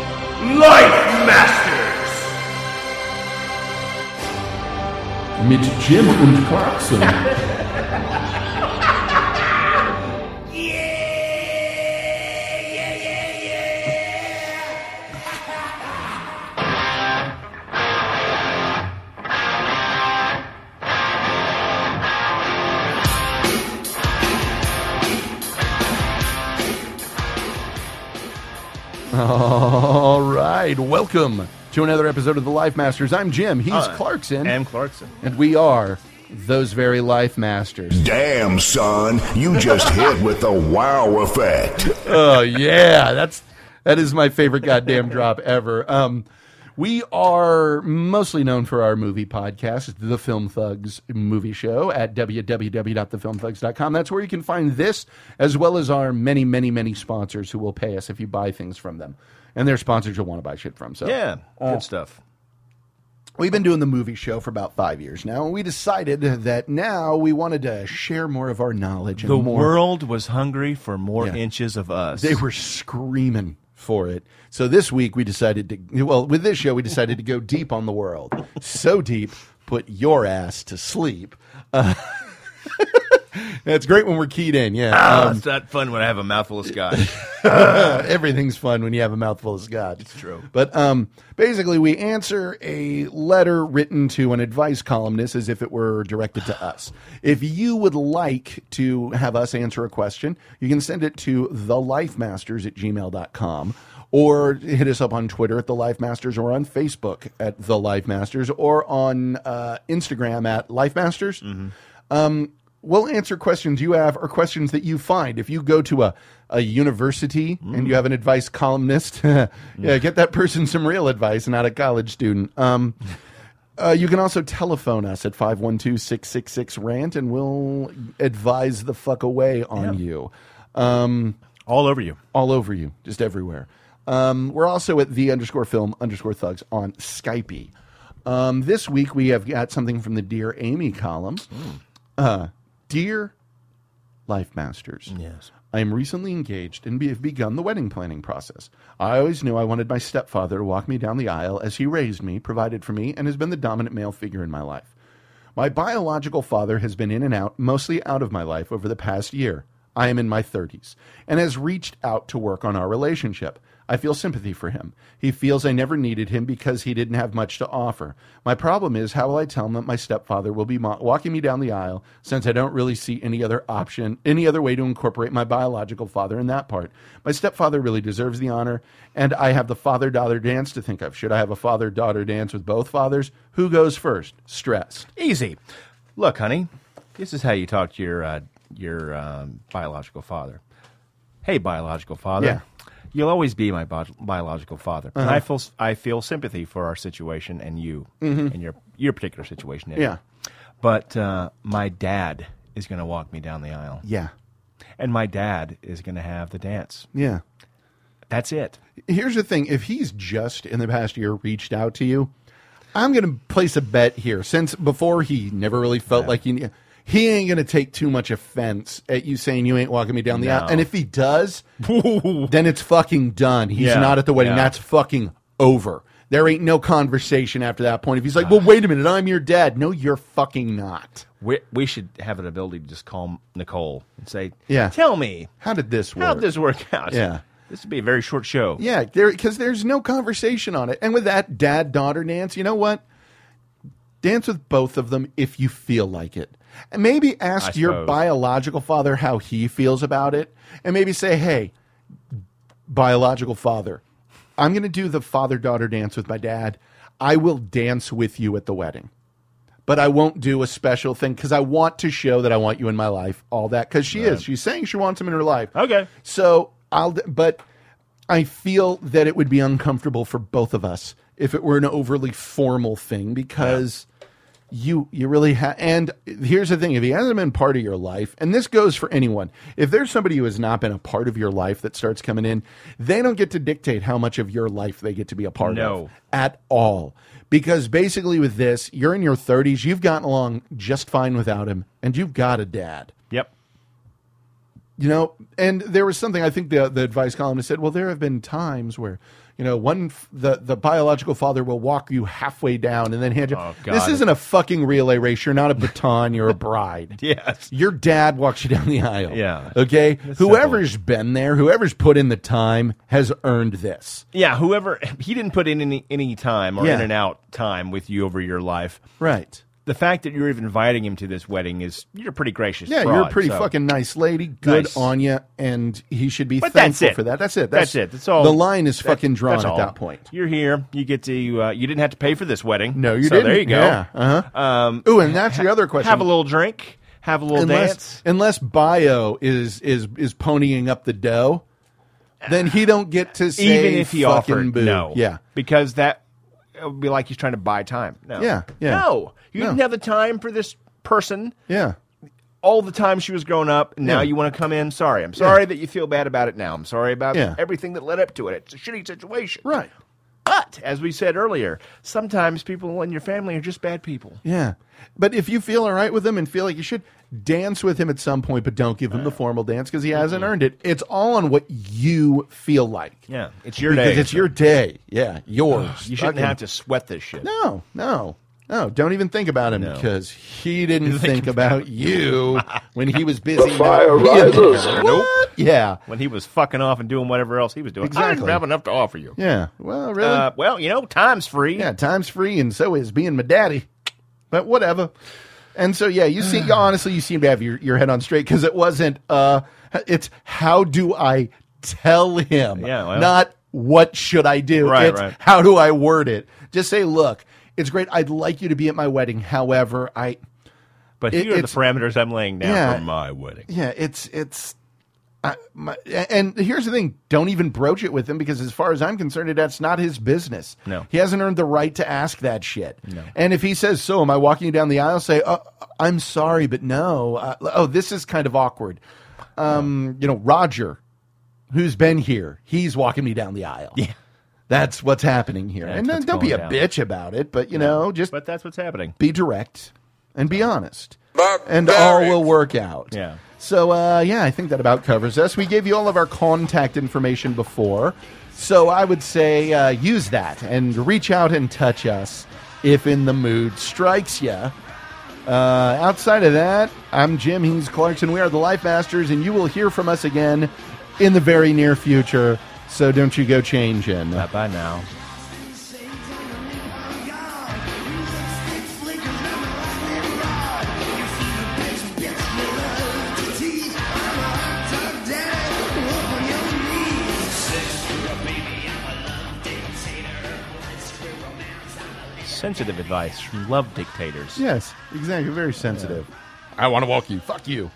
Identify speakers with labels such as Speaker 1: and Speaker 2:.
Speaker 1: Life Masters!
Speaker 2: Mit Jim und Clarkson. All right, welcome to another episode of the Life Masters. I'm Jim. He's Clarkson,
Speaker 3: Am Clarkson.
Speaker 2: and we are those very Life Masters.
Speaker 4: Damn, son, you just hit with the wow effect.
Speaker 2: Oh yeah, that's that is my favorite goddamn drop ever. Um, we are mostly known for our movie podcast, The Film Thugs Movie Show, at www.thefilmthugs.com. That's where you can find this, as well as our many, many, many sponsors who will pay us if you buy things from them. And they're sponsors you'll want to buy shit from. So
Speaker 3: Yeah, good stuff.
Speaker 2: We've been doing the movie show for about five years now, and we decided that now we wanted to share more of our knowledge. And
Speaker 3: The
Speaker 2: more.
Speaker 3: world was hungry for more
Speaker 2: Yeah.
Speaker 3: inches of us.
Speaker 2: They were screaming for it. So this week we decided to, well, with this show, we decided to go deep on the world. So deep, put your ass to sleep. Uh, it's great when we're keyed in. Yeah.
Speaker 3: Oh, it's not fun when I have a mouthful of scotch.
Speaker 2: everything's fun when you have a mouthful of scotch. It's
Speaker 3: true.
Speaker 2: But um, basically, we answer a letter written to an advice columnist as if it were directed to us. If you would like to have us answer a question, you can send it to thelifemasters at gmail.com or hit us up on Twitter at The Life Masters or on Facebook at The Life Masters or on uh, Instagram at Life Masters. We'll answer questions you have or questions that you find. If you go to a, a university and you have an advice columnist, yeah, get that person some real advice, not a college student. Um, uh, you can also telephone us at 512 666 RANT and we'll advise the fuck away on you
Speaker 3: All over you.
Speaker 2: all over you, just everywhere. Um, we're also at the underscore film underscore thugs on Skype. Um, this week we have got something from the Dear Amy column. Uh, Dear Life Masters.
Speaker 3: Yes.
Speaker 2: I am recently engaged and be- have begun the wedding planning process. I always knew I wanted my stepfather to walk me down the aisle as he raised me, provided for me, and has been the dominant male figure in my life. My biological father has been in and out, mostly out of my life over the past year. I am in my 30s and has reached out to work on our relationship. I feel sympathy for him. He feels I never needed him because he didn't have much to offer. My problem is how will I tell him that my stepfather will be mo- walking me down the aisle since I don't really see any other option, any other way to incorporate my biological father in that part. My stepfather really deserves the honor, and I have the father daughter dance to think of. Should I have a father daughter dance with both fathers? Who goes first? Stressed.
Speaker 3: Easy. Look, honey, this is how you talk to your uh, your um, biological father. Hey, biological father.
Speaker 2: Yeah. Uh-huh.
Speaker 3: You'll always be my bi- biological father. And I feel I feel sympathy for our situation and you and your your particular situation. Eddie.
Speaker 2: Mm-hmm. Yeah.
Speaker 3: But uh, my dad is going to walk me down the aisle,
Speaker 2: Yeah.
Speaker 3: and my dad is going to have the dance.
Speaker 2: Yeah.
Speaker 3: That's it.
Speaker 2: Here's the thing if he's just in the past year reached out to you, I'm going to place a bet here. Since before he never really felt like he, ne- he ain't going to take too much offense at you saying you ain't walking me down the aisle.
Speaker 3: No.
Speaker 2: And if he does, then it's fucking done. He's
Speaker 3: Yeah,
Speaker 2: not at the wedding.
Speaker 3: yeah.
Speaker 2: That's fucking over. There ain't no conversation after that point. If he's like, well, wait a minute, I'm your dad. No, you're fucking not.
Speaker 3: We we should have an ability to just call Nicole and say,
Speaker 2: Yeah.
Speaker 3: tell me
Speaker 2: How did this work?
Speaker 3: how would this work out?
Speaker 2: Yeah.
Speaker 3: This would be a very short show.
Speaker 2: Yeah, there because there's no conversation on it. And with that dad daughter dance, you know what? Dance with both of them if you feel like it. And maybe ask
Speaker 3: I
Speaker 2: your
Speaker 3: suppose.
Speaker 2: biological father how he feels about it, and maybe say, "Hey, biological father, I'm going to do the father daughter dance with my dad. I will dance with you at the wedding." But I won't do a special thing because I want to show that I want you in my life, all that. Because she is. She's saying she wants him in her life.
Speaker 3: Okay.
Speaker 2: So I'll, but I feel that it would be uncomfortable for both of us if it were an overly formal thing because you you really have. And here's the thing: if he hasn't been part of your life, and this goes for anyone, if there's somebody who has not been a part of your life that starts coming in, they don't get to dictate how much of your life they get to be a part
Speaker 3: No.
Speaker 2: of at all. Because basically, with this, you're in your 30s, you've gotten along just fine without him, and you've got a dad
Speaker 3: Yep.
Speaker 2: You know, and there was something I think the the advice columnist said. Well, there have been times where, you know, one f- the the biological father will walk you halfway down and then hand you.
Speaker 3: Oh, God.
Speaker 2: this isn't a fucking relay race. You're not a baton. You're a bride.
Speaker 3: Yes.
Speaker 2: Your dad walks you down the aisle.
Speaker 3: Yeah.
Speaker 2: Okay.
Speaker 3: simple.
Speaker 2: whoever's been there, whoever's put in the time, has earned this.
Speaker 3: Yeah, whoever he didn't put in any, any time or
Speaker 2: Yeah.
Speaker 3: in and out time with you over your life.
Speaker 2: Right.
Speaker 3: The fact that you're even inviting him to this wedding is you're a pretty gracious.
Speaker 2: Yeah, you're a
Speaker 3: fraud,
Speaker 2: pretty
Speaker 3: so-
Speaker 2: fucking nice lady. Good
Speaker 3: Nice.
Speaker 2: on you, and he should be
Speaker 3: But that's
Speaker 2: thankful
Speaker 3: it
Speaker 2: for that. That's it.
Speaker 3: That's, it. That's all.
Speaker 2: The line is
Speaker 3: that-
Speaker 2: fucking drawn
Speaker 3: that's
Speaker 2: at
Speaker 3: all.
Speaker 2: that point.
Speaker 3: You're here. You get to. Uh, you didn't have to pay for this wedding.
Speaker 2: No, you
Speaker 3: so
Speaker 2: didn't.
Speaker 3: There you go.
Speaker 2: Yeah. Uh-huh.
Speaker 3: Um,
Speaker 2: Ooh, and that's your other question.
Speaker 3: have a little drink. Have a little
Speaker 2: unless
Speaker 3: dance.
Speaker 2: unless Bio is is is ponying up the dough, then he don't get to say
Speaker 3: even if he
Speaker 2: fucking
Speaker 3: offered
Speaker 2: boo.
Speaker 3: no
Speaker 2: Yeah.
Speaker 3: because that it would be like he's trying to buy time no
Speaker 2: Yeah, yeah.
Speaker 3: no you
Speaker 2: No.
Speaker 3: didn't have the time for this person
Speaker 2: Yeah.
Speaker 3: all the time she was growing up and now
Speaker 2: Yeah.
Speaker 3: you want to come in sorry i'm sorry that you feel bad about it now i'm sorry about
Speaker 2: Yeah.
Speaker 3: everything that led up to it it's a shitty situation
Speaker 2: Right.
Speaker 3: but as we said earlier sometimes people in your family are just bad people
Speaker 2: Yeah. But if you feel all right with him and feel like you should dance with him at some point, but don't give him
Speaker 3: Uh,
Speaker 2: the formal dance because he hasn't earned it. It's all on what you feel like.
Speaker 3: yeah it's your
Speaker 2: because
Speaker 3: day
Speaker 2: it's your day. Yeah, yours.
Speaker 3: you shouldn't
Speaker 2: Fucking-
Speaker 3: have to sweat this shit
Speaker 2: No, no, no. Don't even think about him
Speaker 3: No.
Speaker 2: because he didn't think about you when he was busy. The
Speaker 5: fire rises.
Speaker 2: Nope. Yeah.
Speaker 3: when he was fucking off and doing whatever else he was doing i
Speaker 2: Exactly.
Speaker 3: didn't have enough to offer you
Speaker 2: Yeah. Well, really.
Speaker 3: uh, well you know time's free
Speaker 2: yeah. Time's free, and so is being my daddy. But whatever. And so, yeah, you see, honestly, you seem to have your, your head on straight because it wasn't. uh It's how do I tell him?
Speaker 3: Yeah, well.
Speaker 2: Not what should I do.
Speaker 3: Right,
Speaker 2: It's
Speaker 3: right.
Speaker 2: how do I word it. Just say, look, it's great. I'd like you to be at my wedding. However, I
Speaker 3: But
Speaker 2: It-
Speaker 3: here are the
Speaker 2: it's-
Speaker 3: parameters I'm laying down
Speaker 2: Yeah.
Speaker 3: for my wedding.
Speaker 2: yeah, it's it's. I, my, and here's the thing: don't even broach it with him because, as far as I'm concerned, that's not his business.
Speaker 3: No.
Speaker 2: he hasn't earned the right to ask that shit. No. And if he says, "So, am I walking you down the aisle?" Say, oh, "I'm sorry, but no." Uh, oh, this is kind of awkward. Um, you know, Roger, who's been here, he's walking me down the aisle. Yeah, that's what's happening here.
Speaker 3: That's
Speaker 2: and then
Speaker 3: what's
Speaker 2: don't be a
Speaker 3: going down.
Speaker 2: bitch about it, but you know, just
Speaker 3: But that's what's happening.
Speaker 2: be direct and be honest and all will work out
Speaker 3: Yeah.
Speaker 2: so uh, yeah i think that about covers us we gave you all of our contact information before so i would say uh, use that and reach out and touch us if in the mood strikes ya. uh, outside of that i'm jim he's clarkson we are the life masters and you will hear from us again in the very near future so don't you go changing
Speaker 3: Bye bye now. Sensitive advice from love dictators.
Speaker 2: yes exactly very sensitive
Speaker 1: I want to walk you.
Speaker 2: fuck you